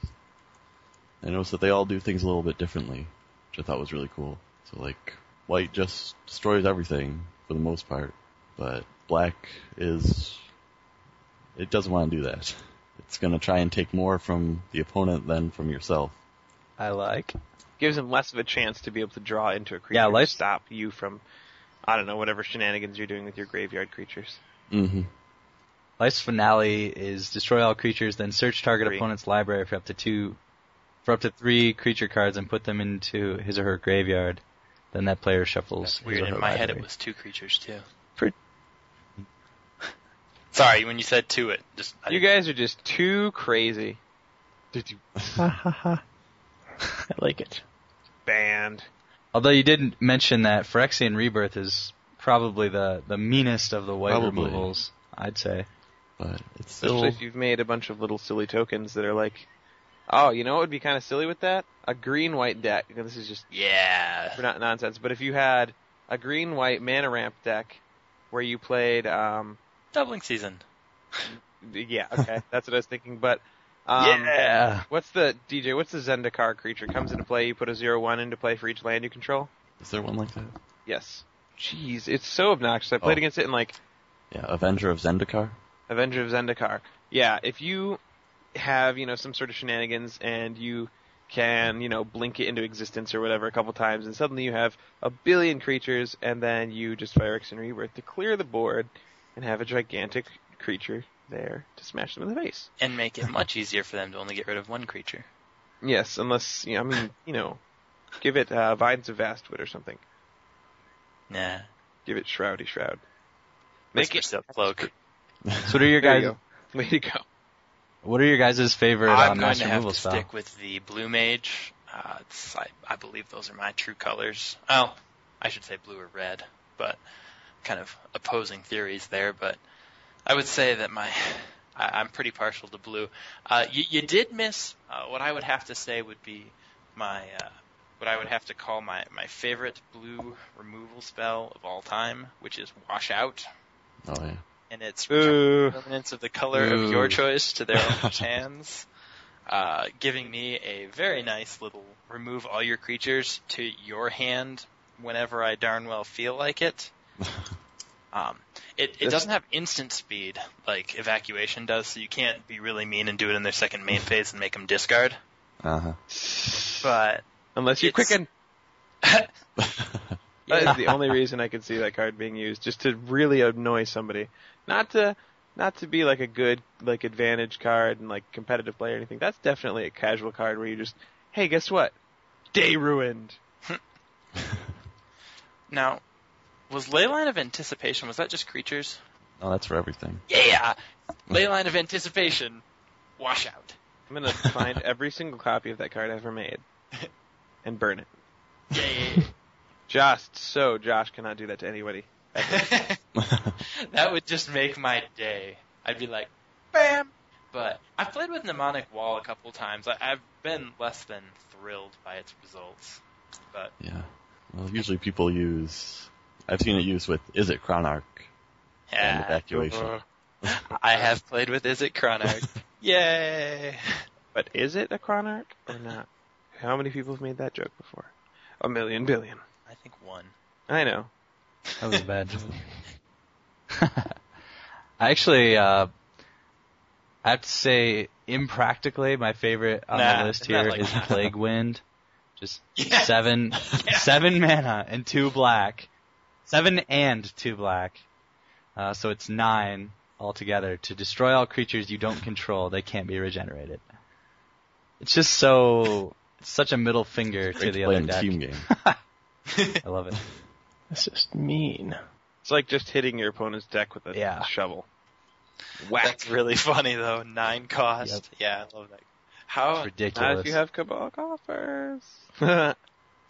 S5: I noticed that they all do things a little bit differently, which I thought was really cool. So like white just destroys everything for the most part, but black is it doesn't want to do that. It's going to try and take more from the opponent than from yourself.
S1: I like.
S3: Gives him less of a chance to be able to draw into a creature
S1: Yeah,
S3: to
S1: life-
S3: stop you from, I don't know, whatever shenanigans you're doing with your graveyard creatures.
S5: Mm-hmm.
S1: Life's finale is destroy all creatures, then search target
S3: Three.
S1: opponent's library for up to two, for up to three creature cards and put them into his or her graveyard. Then that player shuffles.
S2: That's
S1: his
S2: weird.
S1: or her
S2: In my head, it
S1: library.
S2: was two creatures too.
S3: Pretty-
S2: Sorry, when you said two, it just I
S3: You
S2: didn't-
S3: guys are just too crazy.
S4: Ha ha ha. I like it.
S3: Banned.
S1: Although you did mention that Phyrexian Rebirth is probably the the meanest of the white
S5: Probably.
S1: removals, I'd say.
S5: But it's still
S3: Especially if you've made a bunch of little silly tokens that are like, oh, you know what would be kind of silly with that? A green white deck. You know, this is just
S2: yeah.
S3: for not nonsense. But if you had a green white mana ramp deck where you played, um,
S2: Doubling season.
S3: yeah, okay, that's what I was thinking. But um,
S1: yeah.
S3: what's the DJ? What's the Zendikar creature comes into play? You put a zero one into play for each land you control.
S5: is there one like that?
S3: Yes. Jeez, it's so obnoxious. I played
S5: Oh.
S3: against it in like
S5: Yeah, Avenger of Zendikar.
S3: Avenger of Zendikar. Yeah, if you have, you know, some sort of shenanigans and you can, you know, blink it into existence or whatever a couple times and suddenly you have a billion creatures and then you just fire X and Rebirth to clear the board and have a gigantic creature there to smash them in the face.
S2: and make it much easier for them to only get rid of one creature.
S3: Yes, unless, you know, I mean, you know, give it uh, Vines of Vastwood or something.
S2: Nah.
S3: Give it Shroudy Shroud.
S2: Make
S3: Make
S2: it up, cloak.
S1: So
S5: Oh,
S1: what are your
S3: There you
S1: guys?
S3: go. Way to go.
S1: What are your guys' favorite uh,
S2: I'm going
S1: mass
S2: to have
S1: removal
S2: to
S1: style?
S2: stick with the blue mage. Uh, it's, I, I believe those are my true colors. Oh, I should say blue or red, but kind of opposing theories there. But I would say that my I, I'm pretty partial to blue. Uh, you, you did miss uh, what I would have to say would be my uh, what I would have to call my my favorite blue removal spell of all time, which is wash out,
S5: Oh yeah.
S2: and it's
S3: Ooh.
S2: remnants of the color of
S1: Ooh.
S2: your choice to their owner's hands, uh, giving me a very nice little remove all your creatures to your hand whenever I darn well feel like it. Um, it it
S3: This-
S2: doesn't have instant speed like evacuation does, so you can't be really mean and do it in their second main phase and make them discard.
S5: Uh
S2: But
S3: Unless you
S2: It's-
S3: quicken.
S5: huh.
S3: That is the only reason I could see that card being used, just to really annoy somebody. Not to not to be like a good like advantage card and like competitive play or anything. That's definitely a casual card where you just hey, guess what? Day ruined.
S2: now, was Leyline of Anticipation? Was that just creatures?
S5: no, that's for everything.
S2: Yeah, Leyline of Anticipation, wash out.
S3: I'm gonna find every single copy of that card ever made and burn it.
S2: Yeah, yeah, yeah.
S3: Just so Josh cannot do that to anybody.
S2: that would just make my day. I'd be like, bam. But I've played with Mnemonic Wall a couple times. I, I've been less than thrilled by its results. But
S5: yeah. Well, usually people use. I've seen it used with Is it Chronarch and
S2: yeah,
S5: evacuation.
S2: I have played with Is it Chronarch. Yay!
S3: But is it a Chronarch or not? How many people have made that joke before? A million billion.
S2: I think one.
S3: I know.
S1: That was bad. I actually, uh, I have to say, impractically, my favorite on
S2: Nah,
S1: the list
S2: not
S1: here is
S2: like that.
S1: Plague Wind. Just
S2: Yeah.
S1: seven, seven mana and two black, seven and two black. Uh, so it's nine altogether to destroy all creatures you don't control. They can't be regenerated. It's just so, it's such a middle finger to
S5: Great
S1: the
S5: play
S1: other
S5: in
S1: deck.
S5: team game.
S1: I love it.
S4: That's just mean.
S3: It's like just hitting your opponent's deck with a
S1: Yeah.
S3: shovel. Whack.
S2: That's really funny though. Nine cost. Yeah, I love that.
S1: It's
S2: How
S1: ridiculous.
S3: Not if you have Cabal coffers.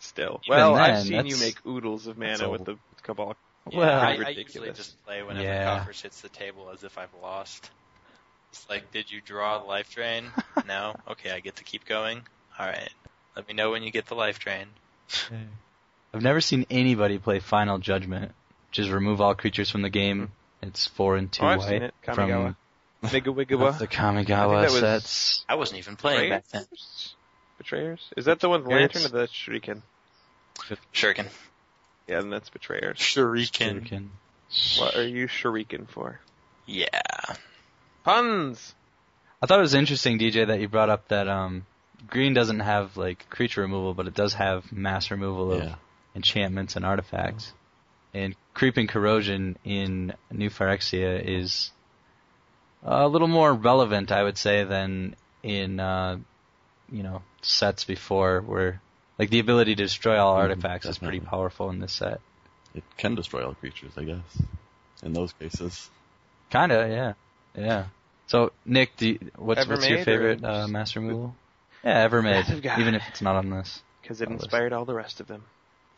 S3: Still. well,
S1: then,
S3: I've seen you
S1: that's-
S3: make oodles of
S5: that's
S3: mana
S5: a-
S3: with the Cabal.
S2: yeah,
S3: Well-
S2: I, I usually
S3: Ridiculous.
S2: just play whenever
S1: Yeah.
S2: Coffers hits the table as if I've lost. It's like, did you draw the life drain? no. Okay, I get to keep going. All right. Let me know when you get the life drain.
S1: I've never seen anybody play Final Judgment, which is remove all creatures from the game. It's four and two
S3: Oh, I've
S1: white
S3: seen it. Kamigawa.
S1: from
S3: Migawigawa.
S1: the
S3: I
S1: Kamigawa
S3: think that was-
S1: sets.
S2: I wasn't even playing back then.
S3: Betrayers? Betrayers? Is that the one with the lantern
S1: Betrayers.
S3: or the shuriken?
S2: Shuriken.
S3: Yeah, then that's Betrayers.
S2: Shuriken.
S3: What are you shuriken for?
S2: Yeah.
S3: Puns!
S1: I thought it was interesting, DJ, that you brought up that um, green doesn't have like creature removal, but it does have mass removal of
S5: Yeah.
S1: enchantments and artifacts. And creeping corrosion in New Phyrexia is a little more relevant, I would say, than in uh, you know sets before, where like the ability to destroy all
S5: Mhm,
S1: artifacts is pretty
S5: definitely.
S1: powerful in this set.
S5: It can destroy all creatures, I guess. In those cases,
S1: Kinda, yeah, yeah. So, Nick, do you, what's what's your
S3: Evermade or
S1: favorite uh,
S3: just-
S1: mass removal? Yeah, Evermade,
S3: Massive guy.
S1: even if it's not on this.
S3: Because it
S1: Oh, that's-
S3: inspired all the rest of them.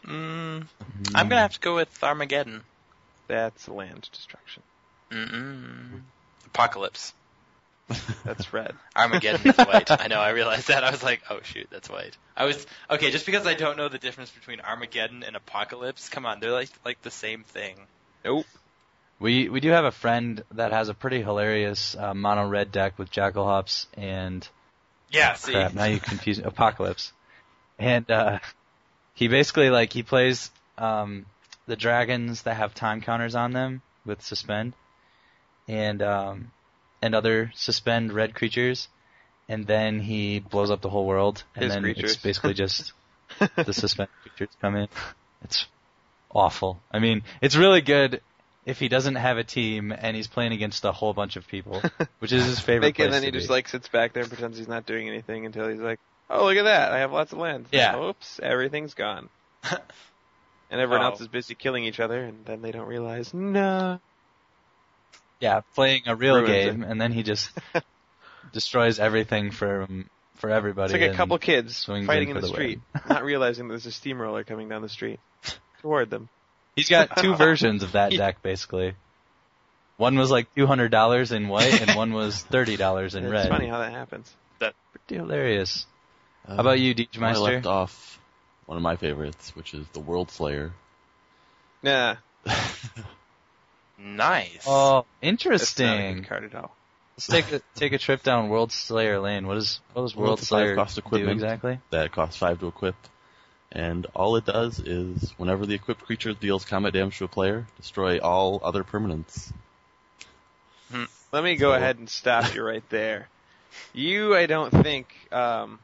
S2: Mm, I'm gonna have to go with Armageddon.
S3: That's land destruction.
S2: Mm-mm. Apocalypse.
S3: That's red.
S2: Armageddon is white. I know. I realized that. I was like, oh shoot, that's white. I was okay. Just because I don't know the difference between Armageddon and Apocalypse, come on, they're like like the same thing.
S3: nope.
S1: We we do have a friend that has a pretty hilarious uh, mono red deck with Jackal Hops and
S2: Yeah. See.
S1: Oh, crap. Now you confuse Apocalypse, and uh, he basically like he plays um, the dragons that have time counters on them with suspend, and um, and other suspend red creatures, and then he blows up the whole world, and
S3: His
S1: then
S3: creatures.
S1: it's basically just the suspend creatures come in. It's awful. I mean, it's really good. If he doesn't have a team and he's playing against a whole bunch of people, which is his favorite
S3: Like,
S1: place
S3: and then
S1: to
S3: he
S1: be.
S3: just like sits back there and pretends he's not doing anything until he's like, "Oh, look at that! I have lots of lands."
S1: Yeah.
S3: Oops, everything's gone. and everyone
S2: Oh.
S3: else is busy killing each other, and then they don't realize, no.
S1: Yeah, playing a real
S3: Ruins
S1: game, and then he just destroys everything for um, for everybody.
S3: It's like a
S1: and-
S3: couple kids
S1: swings in
S3: fighting in
S1: for
S3: the,
S1: the
S3: street, not realizing that there's a steamroller coming down the street toward them.
S1: He's got two versions of that deck, basically. One was like two hundred dollars in white, and one was thirty dollars in
S3: it's
S1: red.
S3: funny how that happens.
S1: Pretty hilarious.
S5: uh,
S1: How about you,
S3: Um,
S5: I
S1: Deechmeister?
S5: left off one of my favorites, which is the World Slayer.
S3: Nah,
S2: Nice.
S1: Oh,
S3: that's not a
S1: interesting.
S3: good card at all.
S1: Let's take a, take a trip down World Slayer Lane. What is what does
S5: Well,
S1: World
S5: it's a five
S1: Slayer
S5: cost
S1: do
S5: equipment.
S1: exactly?
S5: that costs five to equip. And all it does is whenever the equipped creature deals combat damage to a player, destroy all other permanents.
S3: Let me go
S5: So-
S3: ahead and stop you right there. You, I don't think, um,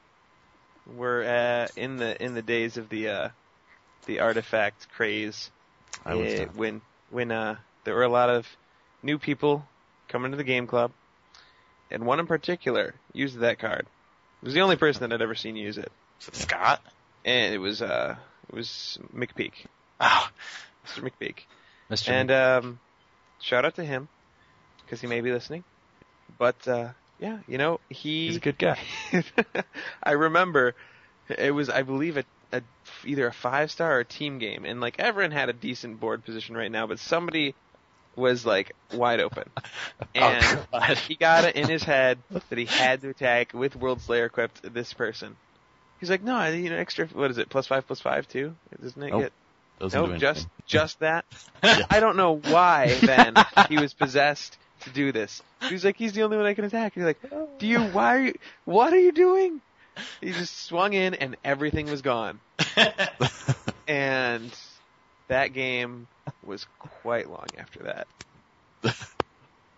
S3: were uh, in the in the days of the uh, the artifact craze.
S5: I was
S3: eh,
S5: not.
S3: when when uh, there were a lot of new people coming to the game club, and one in particular used that card. It was the only person that I'd ever seen use it,
S2: Scott.
S3: and it was uh, it was McPeak,
S2: Oh,
S3: Mr. McPeak.
S1: Mr.
S3: And um, shout out to him because he may be listening. But uh, yeah, you know he.
S1: he's a good guy.
S3: I remember it was, I believe, a, a either a five star or a team game, and like everyone had a decent board position right now, but somebody was like wide open, and
S2: oh God.
S3: he got it in his head that he had to attack with World Slayer equipped this person. He's like, no, I- you know, extra. What is it? Plus five, plus five, too. Doesn't it
S5: Nope.
S3: get?
S5: Doesn't do
S3: Nope,
S5: anything.
S3: just just that.
S5: Yeah.
S3: I don't know why then he was possessed to do this. He's like, he's the only one I can attack. He's like, do you? Why are you? What are you doing? He just swung in and everything was gone.
S2: Oh,
S3: And that game was quite long after that.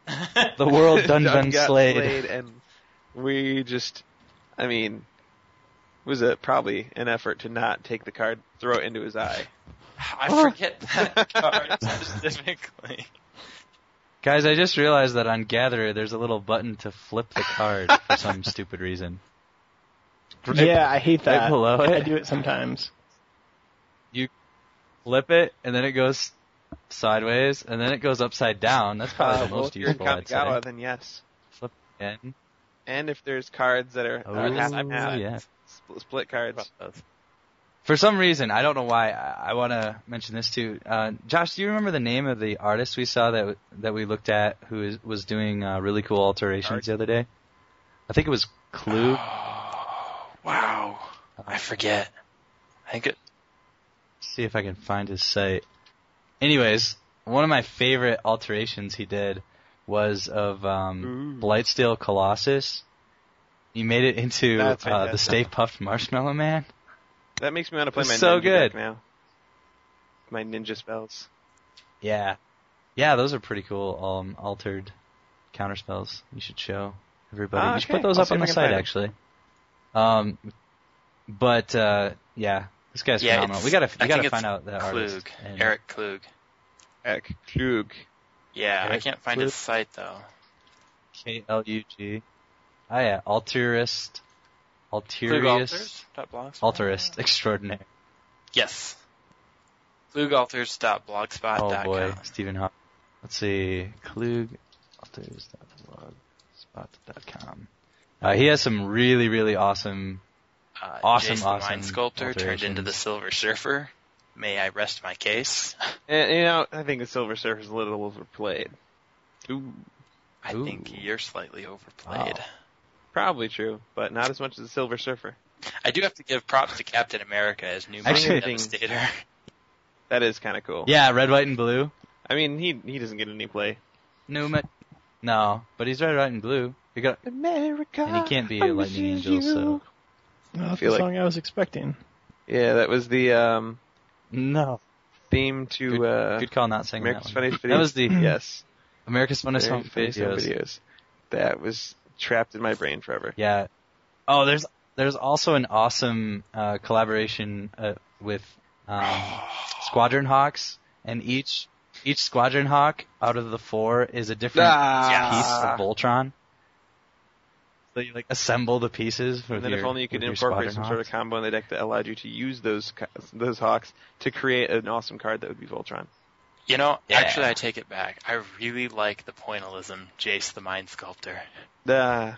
S1: The world Dungeon
S3: Doug got
S1: Slade.
S3: and we just, I mean, it was a probably an effort to not take the card, throw it into his eye.
S1: Oh.
S2: I forget that card specifically.
S1: Guys, I just realized that on Gatherer there's a little button to flip the card for some stupid reason. Right-
S4: yeah, I hate
S1: right
S4: that.
S1: below
S4: I
S1: it,
S4: do it sometimes.
S1: flip it, and then it goes sideways, and then it goes upside down. That's probably
S3: Uh,
S1: the
S3: well,
S1: most
S3: if you're in
S1: useful. I'd say.
S3: Kamigawa, then yes.
S1: And-
S3: And if there's cards that are, are
S1: Oh,
S3: half and half,
S1: yeah.
S3: spl- split cards.
S1: For some reason, I don't know why. I, I want to mention this too. Uh, Josh, do you remember the name of the artist we saw that that we looked at who is, was doing uh, really cool alterations
S3: Art-
S1: the other day? I think it was Clue.
S2: Oh, wow. I forget. I think it.
S1: see if I can find his site. Anyways, one of my favorite alterations he did was of um,
S3: Ooh.
S1: Blightsteel Colossus. He made it into
S3: That's
S1: uh, the
S3: fantastic.
S1: Stay Puffed Marshmallow Man.
S3: That makes me want to play my
S1: So
S3: ninja
S1: good.
S3: deck now. My ninja spells.
S1: Yeah, yeah, those are pretty cool. Um, altered counter spells. You should show everybody.
S3: Ah,
S1: you should
S3: okay.
S1: put those
S3: I'll
S1: up
S3: see
S1: on
S3: if I
S1: the
S3: can
S1: site
S3: find 'em.
S1: actually. Um, but uh, yeah, this guy's
S2: yeah,
S1: phenomenal.
S2: it's-
S1: We gotta
S2: I
S1: we
S2: think
S1: gotta
S2: it's
S1: find out the artist.
S2: Klug.
S1: and-
S2: Eric Klug.
S3: Eck, Klug.
S2: Yeah, I
S1: Eric
S2: can't find his site though.
S1: K L U G. Oh yeah, Alterist.
S2: Klug
S1: Alterist.
S2: Alters. dot blogspot.
S1: Alterist extraordinaire.
S2: Yes. Klugalters.blogspot.com.
S1: Oh boy, Stephen Hawking. Let's see, Klug Alterist.blogspot.com. Uh, he has some really, really awesome.
S2: Uh,
S1: Awesome,
S2: Jason the
S1: awesome
S2: Mind Sculptor turned into the
S1: alterations.
S2: Silver Surfer. May I rest my case?
S3: And, you know, I think the Silver Surfer's a little overplayed. Ooh,
S2: I
S1: Ooh.
S2: think you're slightly overplayed.
S1: Wow.
S3: probably true, but not as much as the Silver Surfer.
S2: I do have to give props to Captain America as new
S1: Actually-
S2: Mind Devastator.
S3: That is kind of cool.
S1: Yeah, red, white, and blue.
S3: I mean, he he doesn't get any play.
S1: No, ma- no, but he's red, white, and blue. You got,
S3: America.
S1: and he can't be
S3: I
S1: a lightning
S3: miss
S1: angel. So
S3: you.
S4: No, that's
S3: feel
S4: the
S3: like-
S4: song I was expecting.
S3: Yeah, that was the um
S1: no,
S3: theme to uh
S1: good call not saying that.
S3: America's
S1: One.
S3: Funniest Videos.
S1: That was the
S3: yes,
S1: America's Funniest Home
S3: America's Funniest Home
S1: Videos.
S3: videos. That was trapped in my brain forever.
S1: Yeah. Oh, there's there's also an awesome uh, collaboration uh, with um, Squadron Hawks, and each each Squadron Hawk out of the four is a different piece
S3: Ah.
S1: of Voltron. So you like assemble the pieces. With
S3: And then
S1: your,
S3: if only you could
S1: with your
S3: incorporate
S1: Squadron
S3: some sort of
S1: Hawks.
S3: combo in the deck that allowed you to use those co- those hawks to create an awesome card that would be Voltron.
S2: You know,
S1: Yeah.
S2: actually, I take it back. I really like the pointillism, Jace the Mind Sculptor.
S3: The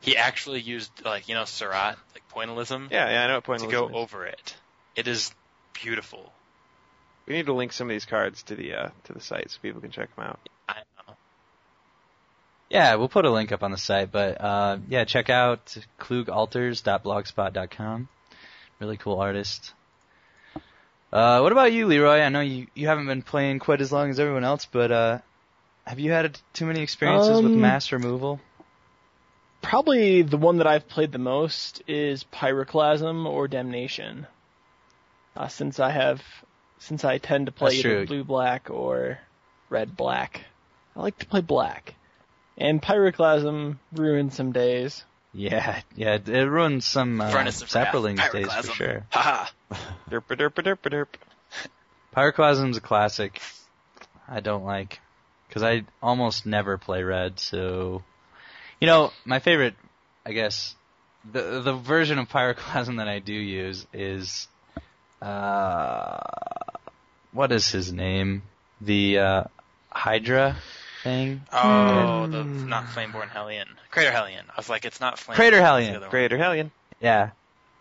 S2: He actually used, like, you know, Surat, like pointillism,
S3: yeah, yeah, I know what point
S2: to
S3: I'm
S2: go
S3: listening.
S2: over it. It is beautiful.
S3: We need to link some of these cards to the uh, to the site so people can check them out.
S2: I know.
S1: Yeah, we'll put a link up on the site, but uh, yeah, check out klugalters.blogspot.com. Really cool artist. Uh, what about you, Leroy? I know you, you haven't been playing quite as long as everyone else, but uh, have you had too many experiences with
S4: Um,
S1: mass removal?
S4: Probably the one that I've played the most is Pyroclasm or Damnation. Uh, since I have, since I tend to play
S1: That's true.
S4: either blue black or red black, I like to play black. And Pyroclasm ruins some days.
S1: Yeah, yeah, it it ruins some uh,
S2: Furnace of Wrath,
S1: sapperlings days for
S2: Pyroclasm.
S1: sure.
S2: Haha.
S3: Derp derp derp derp.
S1: Pyroclasm's a classic. I don't like because I almost never play red. So, you know, my favorite, I guess, the the version of Pyroclasm that I do use is, uh, what is his name? The uh, Hydra thing.
S2: Oh, the not Flameborn Hellion. Crater Hellion. I was like, it's not Flame.
S1: Crater
S2: it's the
S1: Hellion.
S2: other one.
S3: Greater Hellion.
S1: Yeah,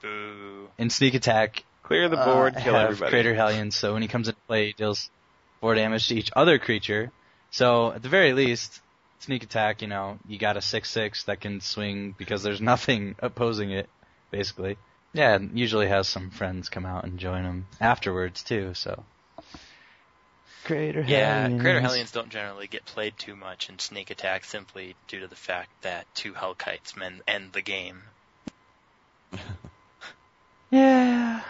S2: Boo.
S1: and sneak attack.
S3: Clear the
S1: uh,
S3: board, kill
S1: have
S3: everybody.
S1: Crater Hellion, so when he comes into play, he deals four damage to each other creature. So at the very least, sneak attack. You know, you got a six-six that can swing because there's nothing opposing it, basically. Yeah, and usually has some friends come out and join him afterwards too. So. Crater
S2: Yeah, Crater Hellions don't generally get played too much in Sneak Attack simply due to the fact that two Hellkites men end the game.
S1: Yeah.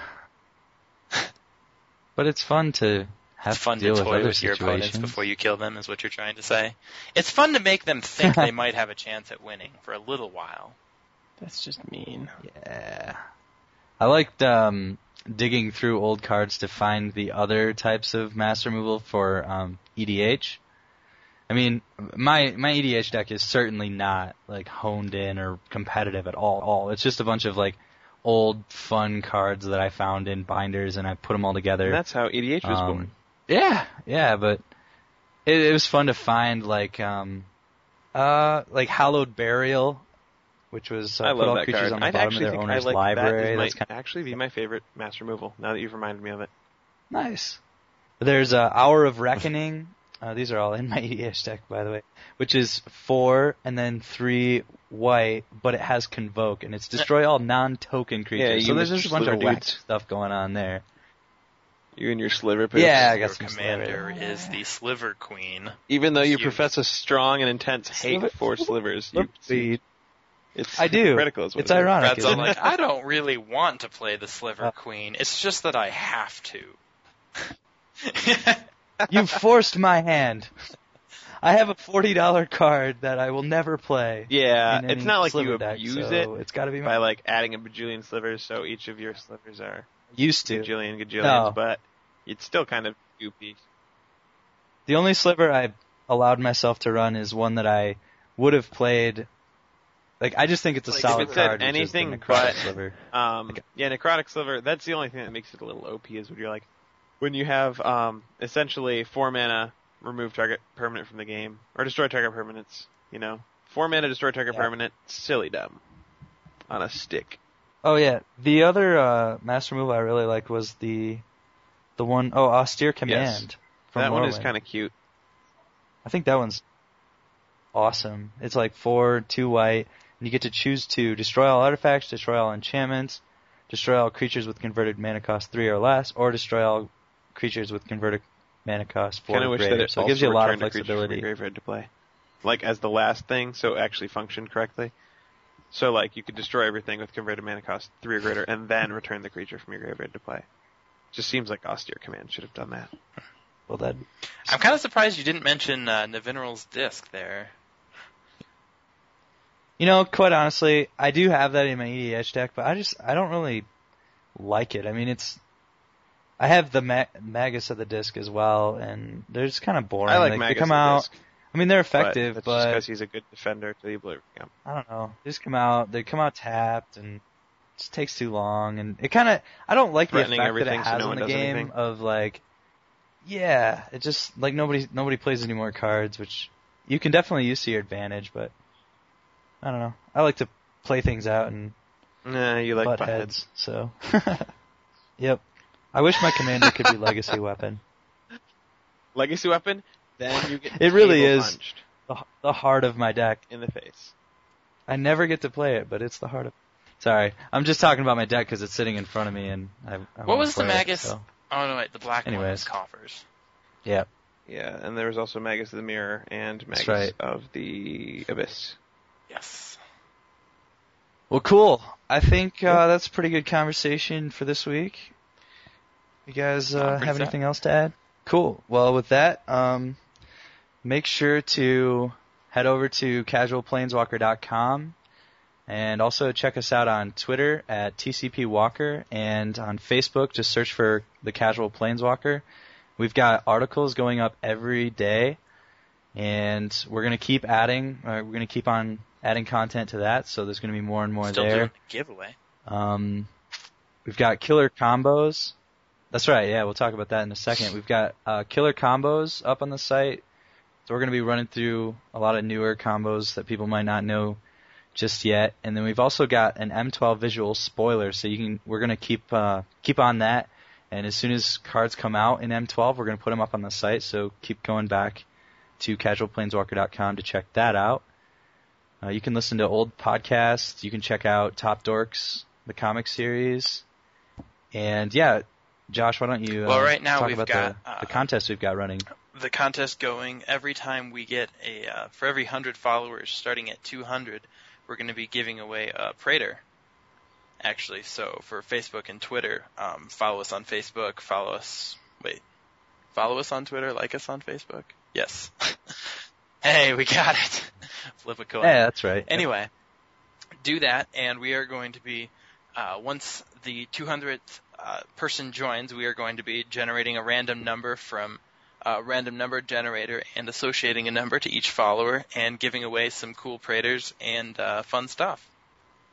S1: But it's fun to have
S2: It's fun
S1: to deal
S2: to
S1: with
S2: toy
S1: other
S2: with, your opponents
S1: situations.
S2: before you kill them, is what you're trying to say. It's fun to make them think they might have a chance at winning for a little while.
S4: That's just mean.
S1: Yeah. I liked um, digging through old cards to find the other types of mass removal for um, EDH. I mean, my my EDH deck is certainly not like honed in or competitive at all. all. It's just a bunch of like old fun cards that I found in binders and I put them all together.
S3: And that's how EDH was
S1: Um,
S3: born.
S1: Yeah, yeah, but it, it was fun to find like um uh like Hallowed Burial, which was uh,
S3: I
S1: put all
S3: love that
S1: creatures
S3: card.
S1: on the
S3: I
S1: bottom of
S3: actually
S1: their
S3: think I
S1: owner's
S3: like that.
S1: library.
S3: It
S1: That's
S3: might
S1: kind
S3: actually be my favorite mass removal. Now that you've reminded me of it.
S1: of nice. There's uh, Hour of Reckoning. Uh, these are all in my EDH deck, by the way, which is four and then three white, but it has Convoke and it's destroy all non-token creatures.
S3: you
S1: so there's
S3: just
S1: just a bunch of
S3: slither
S1: whack
S3: dudes.
S1: stuff going on there.
S3: You and your sliver poops.
S1: Yeah, I
S2: Your
S1: got some slayer.
S2: commander is the Sliver Queen.
S3: Even though you
S2: Huge.
S3: profess a strong and intense hate
S1: Sliver-
S3: for slivers, you,
S1: Oopsie.
S3: it's
S1: I do.
S3: Critical is what
S1: It's
S3: it is.
S1: ironic.
S2: Brad's all
S1: isn't it?
S2: like, I don't really want to play the
S1: Uh.
S2: Sliver Queen. It's just that I have to.
S1: You forced my hand. I have a forty dollar card that I will never play.
S3: Yeah,
S1: in
S3: it's
S1: any
S3: not like you
S1: sliver deck,
S3: abuse
S1: so
S3: it
S1: It's got to be my
S3: by like adding a bajillion slivers, so each of your slivers are
S1: used to.
S3: bajillion gajillions,
S1: No.
S3: but it's still kind of goopy.
S1: The only sliver I allowed myself to run is one that I would have played. Like I just think it's a
S2: Like, if
S1: solid
S3: it said
S1: card. which is the
S3: anything
S1: necrotic
S3: but-
S1: sliver.
S3: Um, yeah, necrotic sliver. That's the only thing that makes it a little OP is when you're like, when you have um, essentially four mana, remove target permanent from the game, or destroy target permanents. You know, four mana, destroy target
S1: Yeah.
S3: permanent, silly dumb, on a stick.
S1: Oh yeah, the other uh, master move I really liked was the the one oh austere command. From
S3: that one is
S1: Lorwyn.
S3: kind of cute.
S1: I think that one's awesome. It's like four, two white, and you get to choose two. Destroy all artifacts, destroy all enchantments, destroy all creatures with converted mana cost three or less, or destroy all creatures with converted mana cost four
S3: Kind of
S1: or
S3: wish
S1: greater.
S3: that it
S1: so it
S3: also
S1: gives you a lot of
S3: returned creature from your
S1: flexibility.
S3: graveyard to play, like as the last thing, so it actually functioned correctly. So like you could destroy everything with converted mana cost three or greater, and then return the creature from your graveyard to play. Just seems like austere command should have done that.
S1: Well, that
S2: I'm kind of surprised you didn't mention uh, Navineral's Disc there.
S1: you know, quite honestly, I do have that in my EDH deck, but I just I don't really like it. I mean, it's I have the Ma- Magus of the Disc as well, and they're just kind of boring.
S3: I like
S1: Like,
S3: Magus
S1: they come
S3: the
S1: out.
S3: Disc,
S1: I mean, they're
S3: but
S1: effective,
S3: that's
S1: but
S3: because he's a good defender to the blue. Yeah.
S1: I don't know. They just come out. They come out tapped, and it just takes too long. And it kind of I don't like the
S3: Threatening
S1: effect that it
S3: everything so
S1: has
S3: no
S1: on
S3: one
S1: the
S3: does
S1: game
S3: anything.
S1: of like, yeah, it just like nobody nobody plays any more cards, which you can definitely use to your advantage. But I don't know. I like to play things out and
S3: Nah, you like
S1: butt
S3: buttheads.
S1: heads. So, yep. I wish my commander could be legacy weapon.
S3: Legacy weapon. Then you get
S1: It really
S3: table
S1: is.
S3: punched
S1: The, the heart of my deck.
S3: in the face.
S1: I never get to play it, but it's the heart of. Sorry, I'm just talking about my deck because it's sitting in front of me, and I. I wanna
S2: was the
S1: play it,
S2: Magus?
S1: so.
S2: Oh no, wait, the black one
S1: Anyways.
S2: is Coffers.
S1: Yeah,
S3: Yeah, and there was also Magus of the Mirror and Magus
S1: That's right.
S3: of the Abyss.
S2: Yes.
S1: Well, cool. I think uh, that's a pretty good conversation for this week. You guys
S2: I'm
S1: uh,
S2: pretty
S1: have
S2: set.
S1: anything else to add? Cool. Well, with that, um, make sure to head over to casualplaneswalker.com and also check us out on Twitter at TCPWalker and on Facebook. Just search for the Casual Planeswalker. We've got articles going up every day and we're going to keep adding, uh, we're going to keep on adding content to that. So there's going to be more and more
S2: Still
S1: there.
S2: doing the giveaway.
S1: Um, we've got killer combos. That's right. Yeah, we'll talk about that in a second. We've got uh, killer combos up on the site, so we're going to be running through a lot of newer combos that people might not know just yet. And then we've also got an M12 visual spoiler, so you can we're going to keep uh, keep on that. And as soon as cards come out in M12, we're going to put them up on the site. So keep going back to casualplaneswalker.com to check that out. Uh, you can listen to old podcasts. You can check out Top Dorks, the comic series, and yeah, Josh, why don't you? Uh,
S2: Well, right now
S1: talk
S2: we've
S1: about
S2: got,
S1: the,
S2: uh,
S1: the contest we've got running.
S2: the contest going every time we get a uh, for every 100 followers starting at 200 we're going to be giving away a prater actually so for facebook and twitter um, follow us on facebook follow us wait follow us on twitter like us on facebook yes hey we got it flip a coin
S1: Yeah, that's right.
S2: anyway, do that, and we are going to be uh, once the 200th uh, person joins, we are going to be generating a random number from a random number generator and associating a number to each follower and giving away some cool praters and uh, fun stuff.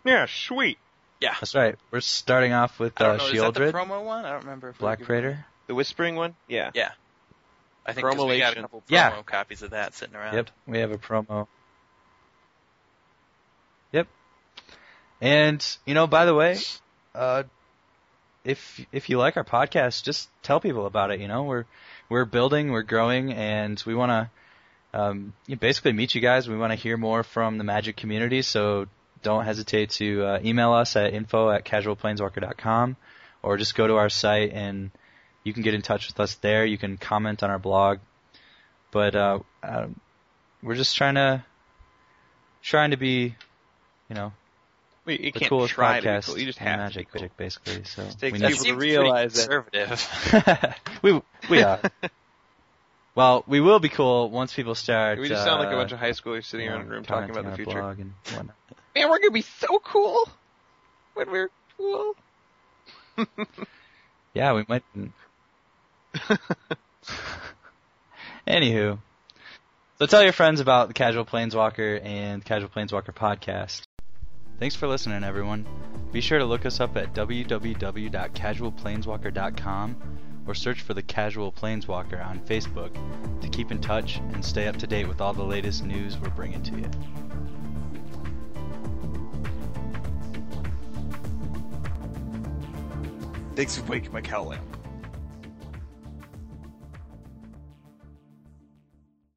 S3: Yeah, sweet.
S2: Yeah.
S1: that's right. We're starting off with
S2: I don't
S1: uh,
S2: know, is that the
S1: Shieldred,
S2: promo one? I don't remember. If we
S1: Black
S2: were-
S1: Praetor.
S3: The whispering one? Yeah.
S2: Yeah. I think 'cause we got a
S3: Promolation.
S2: couple promo
S1: Yeah.
S2: copies of that sitting around.
S1: Yep, we have a promo. Yep. And you know, by the way, uh, if if you like our podcast, just tell people about it. You know, we're we're building, we're growing, and we want to um, you know, basically meet you guys. We want to hear more from the Magic community, so don't hesitate to uh, email us at info at casualplaneswalker.com or just go to our site and you can get in touch with us there. You can comment on our blog. But uh, um, we're just trying to trying to be, you know,
S3: Well, you
S1: the
S3: can't
S1: coolest
S3: try to be
S1: podcast
S3: cool. You just
S1: in
S3: have
S1: Magic,
S3: to be cool.
S1: Magic, basically. So
S3: Just takes
S1: we,
S2: That
S3: people to
S2: seems
S3: realize that-
S2: pretty conservative.
S1: we we are. well, we will be cool once people start.
S3: We just sound like a
S1: uh,
S3: bunch of high schoolers sitting
S1: you know,
S3: around in a room talking
S1: commenting
S3: about the
S1: on our
S3: future.
S1: blog and whatnot.
S3: Man, we're gonna be so cool when we're cool.
S1: Yeah, we might. Mm. Anywho, so tell your friends about the Casual Planeswalker and Casual Planeswalker podcast. Thanks for listening, everyone. Be sure to look us up at www.casualplaneswalker.com or search for the Casual Planeswalker on Facebook to keep in touch and stay up to date with all the latest news we're bringing to you.
S6: Thanks for waking my cow lamp.